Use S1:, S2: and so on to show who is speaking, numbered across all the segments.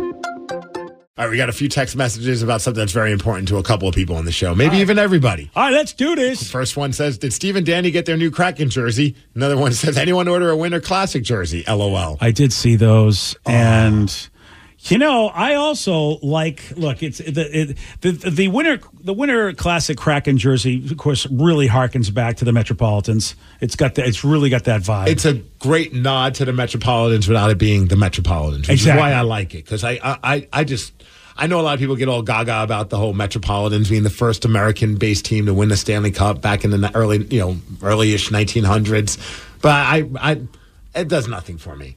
S1: All right, we got a few text messages about something that's very important to a couple of people on the show, maybe even everybody.
S2: All right, let's do this.
S1: First one says, "Did Steve and Danny get their new Kraken jersey?" Another one says, "Anyone order a Winter Classic jersey?" LOL.
S2: I did see those, and you know, I also like. Look, it's the it, the the winter the winter classic Kraken jersey. Of course, really harkens back to the Metropolitans. It's got that. It's really got that vibe.
S1: It's a great nod to the Metropolitans without it being the Metropolitans, which
S2: Exactly.
S1: is why I like it because I, I I I just. I know a lot of people get all gaga about the whole Metropolitans being the first American-based team to win the Stanley Cup back in the ni- early, you know, early-ish 1900s, but I, I, it does nothing for me.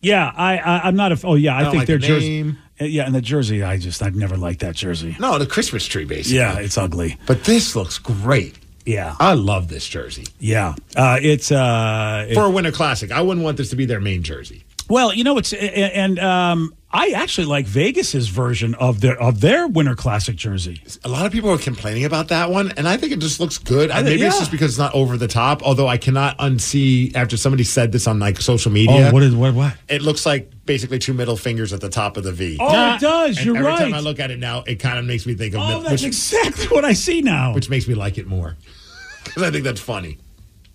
S2: yeah, I, I I'm not a. Oh yeah, I,
S1: don't
S2: think
S1: like
S2: their
S1: the
S2: jersey.
S1: name.
S2: Uh, Yeah, and the jersey. I just I've never liked that jersey.
S1: No, the Christmas tree, basically.
S2: Yeah, it's ugly.
S1: But this looks great.
S2: Yeah,
S1: I love this jersey.
S2: yeah. Uh, it's uh, it-
S1: For a Winter Classic, I wouldn't want this to be their main jersey.
S2: Well, you know, it's a- a- and um, I actually like Vegas's version of their of their Winter Classic jersey.
S1: A lot of people are complaining about that one, and I think it just looks good. I- Maybe it's
S2: yeah.
S1: just because it's not over the top, although I cannot unsee after somebody said this on like social media.
S2: Oh, what is what what?
S1: it looks like basically two middle fingers at the top of the V.
S2: Oh, it does.
S1: And
S2: You're
S1: every
S2: right.
S1: time I look at it now, it kind of makes me think of
S2: oh,
S1: middle,
S2: that's
S1: which,
S2: exactly what I see now.
S1: which makes me like it more because I think that's funny.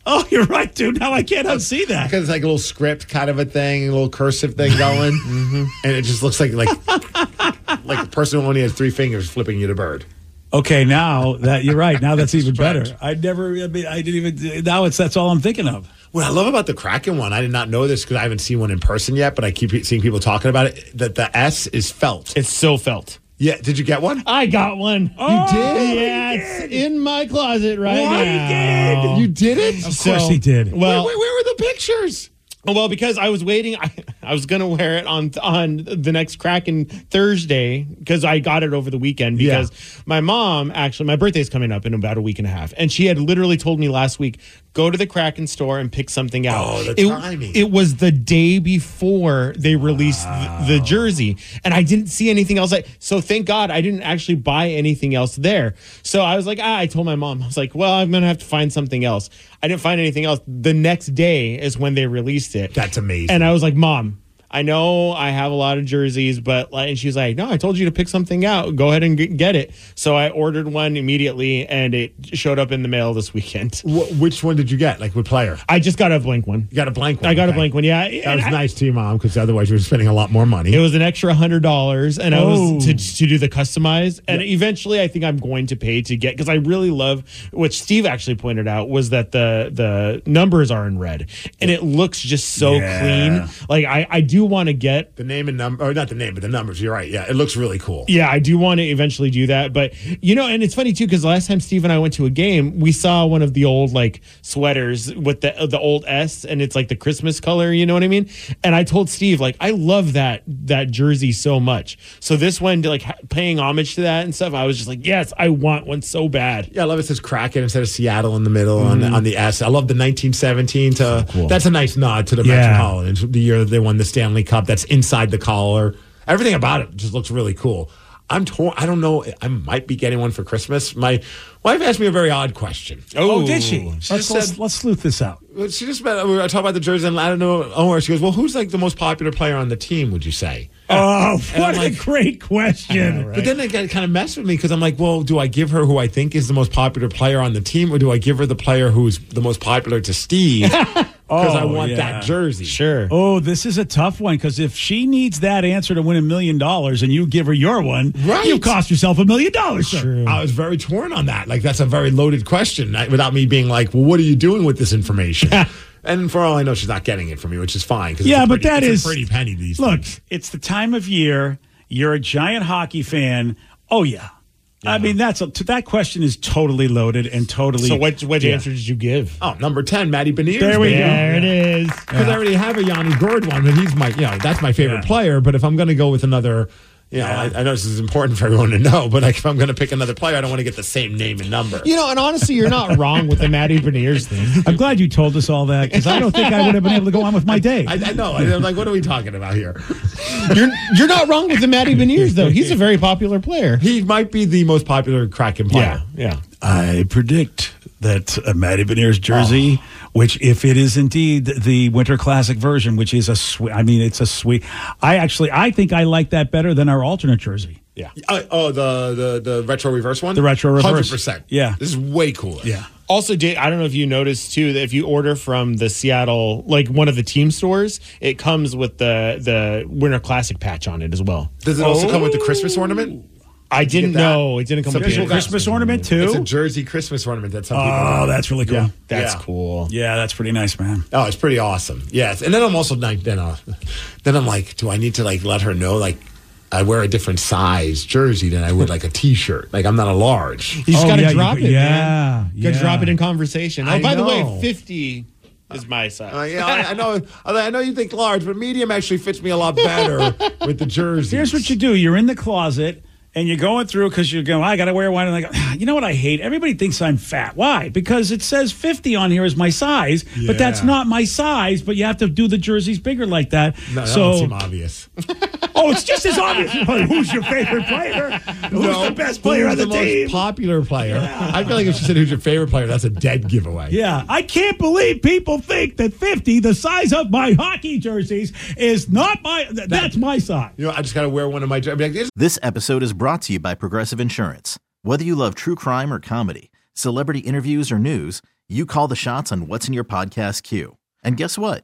S2: oh, you're right, dude. Now I can't unsee that.
S1: because it's like a little script kind of a thing, a little cursive thing going,
S3: Mm-hmm.
S1: and it just looks like like like the person who only has three fingers flipping you the bird.
S2: Okay, now that you're right. Now that's even better.
S1: Correct.
S2: I never. I, mean, I didn't even. Now it's that's all I'm thinking of.
S1: What I love about the Kraken one, I did not know this because I haven't seen one in person yet, but I keep seeing people talking about it. That the S is felt.
S3: It's so felt.
S1: Yeah, did you get one?
S3: I got one.
S2: Oh,
S1: did?
S3: Yeah, it's in my closet right
S2: What?
S3: now.
S2: He did?
S1: You did it.
S2: Of course he did.
S3: Well,
S1: where, where- where were the pictures?
S3: well, because I was waiting. I, I was gonna wear it on on the next Kraken Thursday because I got it over the weekend
S1: Yeah.
S3: because my mom actually my birthday's coming up in about a week and a half, and she had literally told me last week go to the Kraken store and pick something out.
S1: Oh, the
S3: it,
S1: timing.
S3: It was the day before they released the, the jersey, and I didn't see anything else. Like, so thank God I didn't actually buy anything else there. So I was like, ah, I told my mom, I was like, well, I'm gonna have to find something else. I didn't find anything else. The next day is when they released it.
S1: That's amazing.
S3: And uh, I was like, Mom, I know I have a lot of jerseys, but like, and she's like, No, I told you to pick something out. Go ahead and g- get it. So I ordered one immediately, and it showed up in the mail this weekend.
S1: Wh- which one did you get? Like with player?
S3: I just got a blank one.
S1: You got a blank one.
S3: I got a
S1: okay.
S3: blank one. Yeah,
S1: That
S3: and
S1: was
S3: I-
S1: nice to you, mom, because otherwise you were spending a lot more money.
S3: It was an extra hundred dollars, and I was
S2: Oh.
S3: to, to do the customized. And eventually, I think I'm going to pay to get because I really love what Steve actually pointed out was that the the numbers are in red, and it looks just so
S2: Yeah.
S3: clean. Like I I do want to get
S1: the name and number, or not the name, but the numbers. You're right. Yeah, it looks really cool.
S3: Yeah, I do want to eventually do that. But, you know, and it's funny too, because last time Steve and I went to a game, we saw one of the old like sweaters with the the old S and it's like the Christmas color, you know what I mean? And I told Steve, like, I love that that jersey so much. So this one, like ha- paying homage to that and stuff, I was just like, yes, I want one so bad.
S1: Yeah, I love it says Kraken instead of Seattle in the middle on, on the S. I love the 1917 to. That's a nice nod to the
S2: Yeah.
S1: Metropolitans, the year that they won the Stanley Cup. That's inside the collar. Everything about it just looks really cool. I'm torn. I don't know. I might be getting one for Christmas. My wife asked me a very odd question.
S2: Oh, did she?
S1: I
S2: Let's, let's,
S1: said-
S2: let's sleuth this out.
S1: She just met. I talked about the jersey, and I don't know. Omar, she goes, "Well, who's like the most popular player on the team? Would you say?"
S2: Oh, what
S1: I'm
S2: a
S1: like-
S2: great question.
S1: But then it kind of messed with me because I'm like, well, do I give her who I think is the most popular player on the team, or do I give her the player who's the most popular to Steve? because
S2: Oh,
S1: I want
S2: yeah.
S1: that jersey.
S3: Sure.
S2: Oh, this is a tough one because if she needs that answer to win a million dollars and you give her your one,
S1: Right.
S2: you cost yourself a million dollars. sir.
S1: I was very torn on that. Like, that's a very loaded question I- without me being like, well, what are you doing with this information? and for all I know, she's not getting it from me, which is fine. 'cause it's
S2: Yeah,
S1: a
S2: but
S1: pretty,
S2: that
S1: it's a
S2: is-
S1: pretty penny these
S2: Look,
S1: days.
S2: it's the time of year. You're a giant hockey fan. Oh yeah. I mean, that's a, that question is totally loaded and totally.
S3: So what what
S2: Yeah.
S3: answer did you give?
S1: Oh, number 10, Maddie Beniers.
S2: There we go.
S3: There it is.
S1: Because I already have a Yanni Gord one, and he's my, you know, that's my favorite
S2: Yeah.
S1: player. But if I'm going to go with another, you know, I, I know this is important for everyone to know, but like, if I'm going to pick another player, I don't want to get the same name and number.
S3: You know, and honestly, you're not wrong with the Maddie Beniers thing.
S2: I'm glad you told us all that because I don't think I would have been able to go on with my day.
S1: I, I know. I, am like, what are we talking about here?
S3: You're you're not wrong with the Maddie Beniers though. He's a very popular player.
S1: He might be the most popular Kraken player.
S3: yeah.
S2: I predict that a Matty Beniers jersey, which if it is indeed the Winter Classic version, which is a sweet, I mean, it's a sweet. I actually, I think I like that better than our alternate jersey.
S3: Yeah.
S1: Uh, oh, the, the the retro reverse one.
S2: The retro reverse.
S1: 100%.
S2: Yeah.
S1: This is way cooler.
S3: Also, Dave, I don't know if you noticed too that if you order from the Seattle, like one of the team stores, it comes with the the Winter Classic patch on it as well. Oh.
S1: Does it also come with the Christmas ornament?
S3: I didn't
S1: that?
S3: know it didn't come
S1: Some
S3: with
S1: people
S3: the
S1: got-
S2: Christmas ornament
S1: It's a
S2: too.
S1: jersey Christmas ornament that some people.
S2: Oh,
S3: Ah,
S1: got.
S2: that's really cool. Yeah.
S3: That's
S1: Yeah.
S3: cool.
S2: that's pretty nice, man.
S1: Oh, it's pretty awesome. Yes, and then I'm also like, then, uh, then I'm like, do I need to like let her know like I wear a different size jersey than I would like a T-shirt? Like I'm not a large.
S3: You just
S2: Oh,
S3: gotta
S2: yeah, you
S3: drop
S2: could-
S3: it.
S2: yeah,
S3: man. You gotta
S2: yeah.
S3: drop it in conversation. Oh,
S1: I
S3: by the
S1: know.
S3: way, fifty is my size.
S1: Uh, yeah, I, I know. I know you think large, but medium actually fits me a lot better with the jersey.
S2: Here's what you do: you're in the closet and you're going through because you're going. I got to wear one, and I go. "Ah, You know what I hate? Everybody thinks I'm fat. Why? Because it says 50 on here is my size, but that's
S1: Yeah.
S2: not my size. But you have to do the jerseys bigger like that.
S1: No, that
S2: so,
S1: don't seem obvious.
S2: oh, it's just as obvious. Like, who's your favorite player? Who's
S1: No,
S2: the best player
S1: who's
S2: on the,
S1: most
S2: team?
S1: popular player. I feel like if she said who's your favorite player, that's a dead giveaway.
S2: yeah, I can't believe people think that 50, the size of my hockey jerseys, is not my. th- that's my size.
S1: You know, I just got to wear one of my. jer- I mean, like,
S4: This episode is brought to you by Progressive Insurance. Whether you love true crime or comedy, celebrity interviews or news, you call the shots on what's in your podcast queue. And guess what?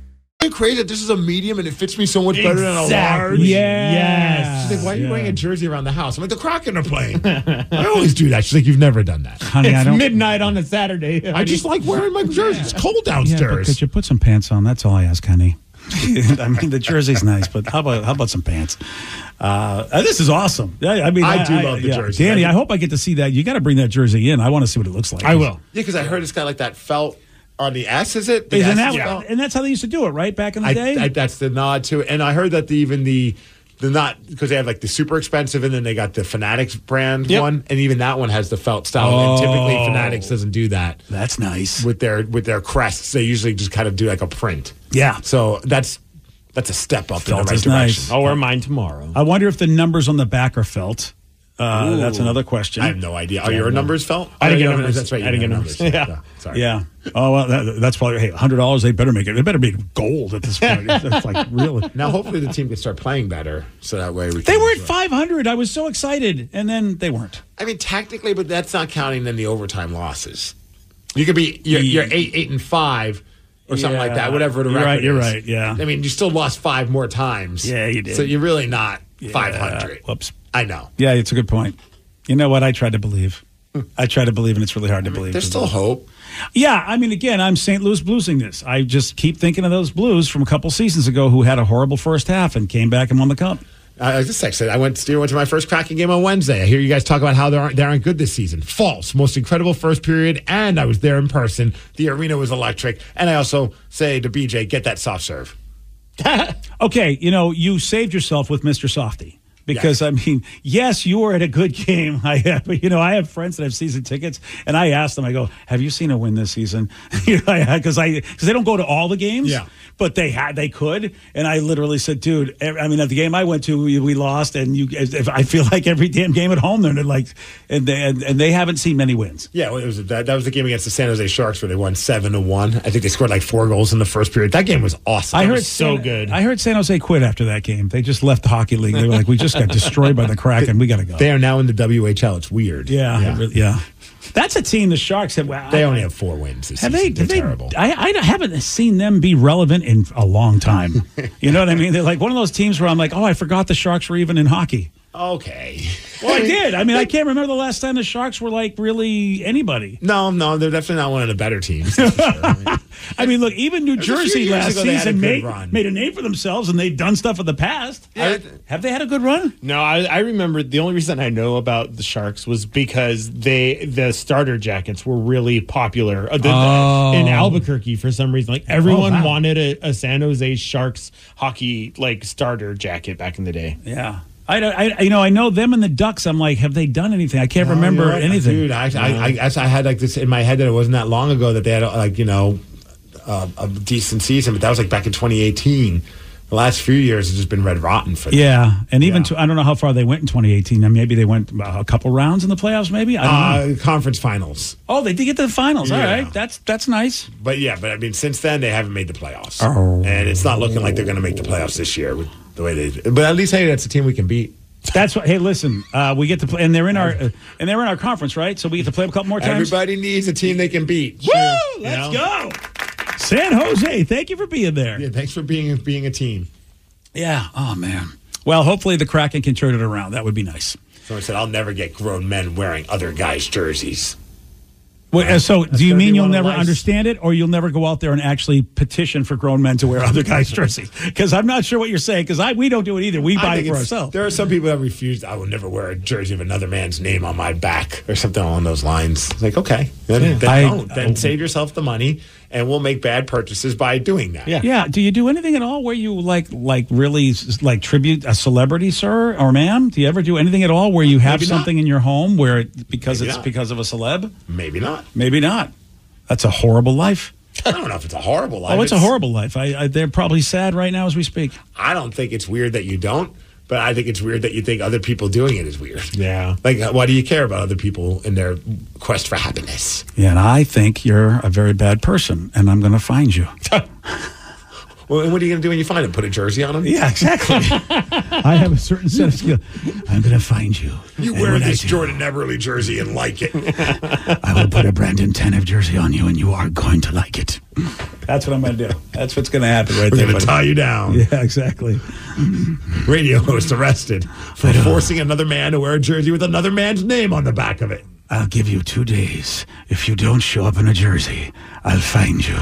S1: Isn't it crazy that this is a medium and it fits me so much better than a large?
S3: Exactly.
S2: Yeah.
S1: She's like, why are you wearing a jersey around the house? I'm like, the Kraken are playing. I always do that. She's like, you've never done that.
S2: Honey, I
S3: It's
S2: don't.
S3: midnight on a Saturday.
S1: I just like wearing my jersey. It's cold
S2: Yeah, but could
S1: downstairs.
S2: you put some pants on? That's all I ask, honey. I mean, the jersey's nice, but how about how about some pants? Uh, uh, this is awesome. I, I mean,
S1: I do love the jersey.
S2: Danny.
S1: I
S2: I
S1: do-
S2: hope I get to see that. You got to bring that jersey in. I want to see what it looks like.
S3: I will.
S1: yeah, because I heard it's got like that felt on the S, is it? The
S2: Isn't
S1: S
S2: that?
S1: felt.
S2: And that's how they used to do it, right? Back in the
S1: I,
S2: day.
S1: I, that's the nod to it. And I heard that the, even the the not because they have like the super expensive and then they got the Fanatics brand
S3: Yep.
S1: one, and even that one has the felt style. And typically,
S2: Oh.
S1: Fanatics doesn't do that
S2: that's nice.
S1: with their with their crests. They usually just kind of do like a print.
S2: Yeah.
S1: So that's that's a step up in
S2: Felt
S1: the right
S2: is
S1: direction.
S2: nice.
S3: I'll wear mine tomorrow.
S2: I wonder if the numbers on the back are felt. Uh, that's another question.
S1: I have no idea. Are your numbers felt? Oh,
S3: I didn't get
S1: you have
S3: numbers.
S1: That's right. you
S3: I didn't
S1: have
S3: get numbers.
S1: Yeah.
S3: Yeah.
S1: Sorry.
S2: Yeah. Oh well, that, that's probably hey, hundred dollars. They better make it. They better be gold at this point. It's, it's like really.
S1: Now, hopefully, the team can start playing better, so that way we.
S2: They
S1: can
S2: were at
S1: enjoy it.
S2: five hundred. I was so excited, and then they weren't.
S1: I mean, technically, but that's not counting then the overtime losses. You could be you're, you're eight, eight, and five, or something like that.
S2: Yeah.
S1: Whatever the
S2: You're
S1: record
S2: right, you're
S1: is.
S2: right, yeah.
S1: I mean, you still lost five more times.
S2: Yeah, you did.
S1: So you're really not five hundred.
S2: Uh, Whoops.
S1: I know.
S2: Yeah, it's a good point. You know what? I tried to believe. I tried to believe, and it's really hard to believe.
S1: There's still hope.
S2: Yeah, I mean, again, I'm St. Louis bluesing this. I just keep thinking of those Blues from a couple seasons ago who had a horrible first half and came back and won the cup.
S1: I I just texted. I went to, went to my first cracking game on Wednesday. I hear you guys talk about how they aren't, they aren't good this season. False. Most incredible first period, and I was there in person. The arena was electric. And I also say to BJ, get that soft serve.
S2: Okay, you know, you saved yourself with Mr. Softy.
S1: Yes.
S2: Because I mean, yes, you were at a good game. I have, but, you know, I have friends that have season tickets, and I ask them. I go, "Have you seen a win this season?" Because I because they don't go to all the games.
S1: Yeah.
S2: but they had they could, and I literally said, "Dude, ev- I mean, at the game I went to, we, we lost, and you, if I feel like every damn game at home, they're like, and they and, and they haven't seen many wins.
S1: Yeah, well, it was that, that was the game against the San Jose Sharks where they won seven to one. I think they scored like four goals in the first period. That game was awesome.
S2: I
S1: That
S2: heard
S1: was so
S2: San-
S1: good.
S2: I heard San Jose quit after that game. They just left the hockey league. They were like, "We just got destroyed by the Kraken. We got to go."
S1: they are now in the WHL. It's weird.
S2: Yeah, it really- yeah. That's a team the Sharks have. Wow,
S1: they only have four wins. This
S2: Have they?
S1: season.
S2: Did
S1: They're
S2: they?
S1: terrible.
S2: I, I haven't seen them be relevant in a long time. you know what I mean? They're like one of those teams where I'm like, oh, I forgot the Sharks were even in hockey.
S1: okay.
S2: Well, I did. I mean, I can't remember the last time the Sharks were like really anybody.
S1: No, no, they're definitely not one of the better teams. that's for sure. I mean,
S2: I mean, look, even New
S1: was a few
S2: Jersey
S1: years
S2: last
S1: ago they had a
S2: season
S1: good
S2: made,
S1: run.
S2: made a name for themselves, and they've done stuff in the past.
S1: Yeah.
S2: have they had a good run?
S3: No, I, I remember the only reason I know about the Sharks was because they the starter jackets were really popular uh, the- the- in Albuquerque for some reason. Like everyone
S2: wow.
S3: wanted a, a San Jose Sharks hockey like starter jacket back in the day.
S2: Yeah. I, don't- I, you know, I know them and the Ducks. I'm like, have they done anything? I can't
S1: No,
S2: remember
S1: you're right.
S2: anything.
S1: Oh, dude. I, I, I guess I had like this in my head that it wasn't that long ago that they had like you know uh, a decent season, but that was like back in 2018. The last few years has just been red rotten for them.
S2: Yeah, and even
S1: Yeah.
S2: to, I don't know how far they went in 2018. And Maybe they went uh, a couple rounds in the playoffs. Maybe I don't know.
S1: Uh, conference finals,
S2: Oh, they did get to the finals. All
S1: yeah.
S2: right, that's that's nice.
S1: but yeah, but I mean, since then they haven't made the playoffs,
S2: Oh.
S1: and it's not looking like they're going to make the playoffs this year with the way they. But at least hey, that's a team we can beat.
S2: That's what. Hey, listen, uh, we get to play, and they're in our uh, and they're in our conference, right? So we get to play a couple more times.
S1: Everybody needs a team they can beat.
S2: Woo! Let's go, San Jose. Thank you for being there.
S1: Yeah, thanks for being being a team.
S2: Yeah. Oh man. Well, hopefully the Kraken can turn it around. That would be nice.
S1: Someone said, "I'll never get grown men wearing other guys' jerseys."
S2: Wait, uh, so, do you
S1: gotta
S2: mean
S1: be
S2: you'll
S1: one of
S2: never
S1: life's-
S2: understand it, or you'll never go out there and actually petition for grown men to wear other guys' jerseys? Because I'm not sure what you're saying. Because I we don't do it either. We
S1: I
S2: buy it
S1: think
S2: for
S1: it's-
S2: ourselves.
S1: There are some people that refuse. I will never wear a jersey of another man's name on my back or something along those lines. It's Like, okay, then, then
S2: I-
S1: don't. Then save yourself the money, and we'll make bad purchases by doing that.
S3: Yeah.
S2: Yeah. Do you do anything at all where you like like really s- like tribute a celebrity, sir or ma'am? Do you ever do anything at all where you have
S1: Maybe not.
S2: something in your home where it, because
S1: Maybe
S2: it's
S1: not.
S2: because of a celeb?
S1: maybe not.
S2: Maybe not. That's a horrible life.
S1: I don't know if it's a horrible life.
S2: oh, it's, a horrible life. I, I they're probably sad right now as we speak.
S1: I don't think it's weird that you don't, but I think it's weird that you think other people doing it is weird.
S3: Yeah.
S1: Like, why do you care about other people in their quest for happiness?
S2: Yeah, and I think you're a very bad person, and I'm going to find you.
S1: Well, and what are you going to do when you find them? Put a jersey on them?
S2: Yeah, exactly. I have a certain set of skill. I'm going to find you.
S1: You
S2: And
S1: wear
S2: when I
S1: this
S2: do,
S1: Jordan Eberle jersey and like it.
S2: I will put a Brandon Tanev jersey on you, and you are going to like it. That's what I'm going to do. That's what's going to happen right
S1: We're
S2: there.
S1: going to
S2: buddy.
S1: tie you down.
S2: Yeah, exactly.
S1: radio host arrested for forcing another man to wear a jersey with another man's name on the back of it.
S2: I'll give you two days. If you don't show up in a jersey, I'll find you.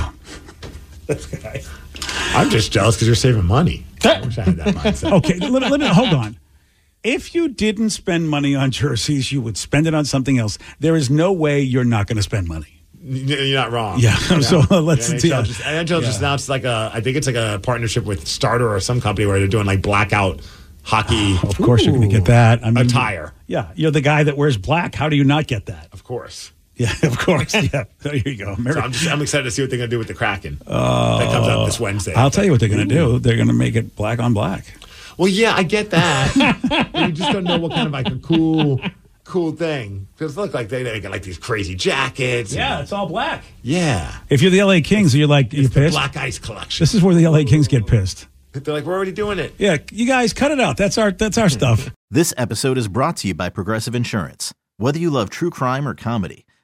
S1: I'm just jealous because you're saving money. I wish I had that mindset.
S2: Okay, let, me- let me hold on. If you didn't spend money on jerseys, you would spend it on something else. There is no way you're not going to spend money.
S1: You're not wrong.
S2: Yeah, so let's
S1: The
S2: see.
S1: NHL just, NHL just announced like a, I think it's like a partnership with Starter or some company where they're doing like blackout hockey.
S2: Of course, you're going to get that. I mean,
S1: Attire.
S2: Yeah, you're the guy that wears black. How do you not get that?
S1: Of course.
S2: Yeah, of course. Yeah, there you go. Merry-
S1: So I'm just, I'm excited to see what they're going to do
S2: Uh,
S1: with the Kraken that comes out this Wednesday.
S2: I'll tell you what they're going to do. They're going to make it black on black.
S1: Well, yeah, I get that. but you just don't know what kind of like a cool, cool thing. Because look, like they, they got like these crazy jackets. and-
S2: Yeah, it's all black.
S1: yeah.
S2: If you're the LA Kings, you're like you're
S1: It's the
S2: pissed.
S1: Black Ice Collection.
S2: This is where the LA Kings get pissed.
S1: They're like, we're already doing it.
S2: Yeah, you guys cut it out. That's our that's our stuff.
S4: This episode is brought to you by Progressive Insurance. Whether you love true crime or comedy,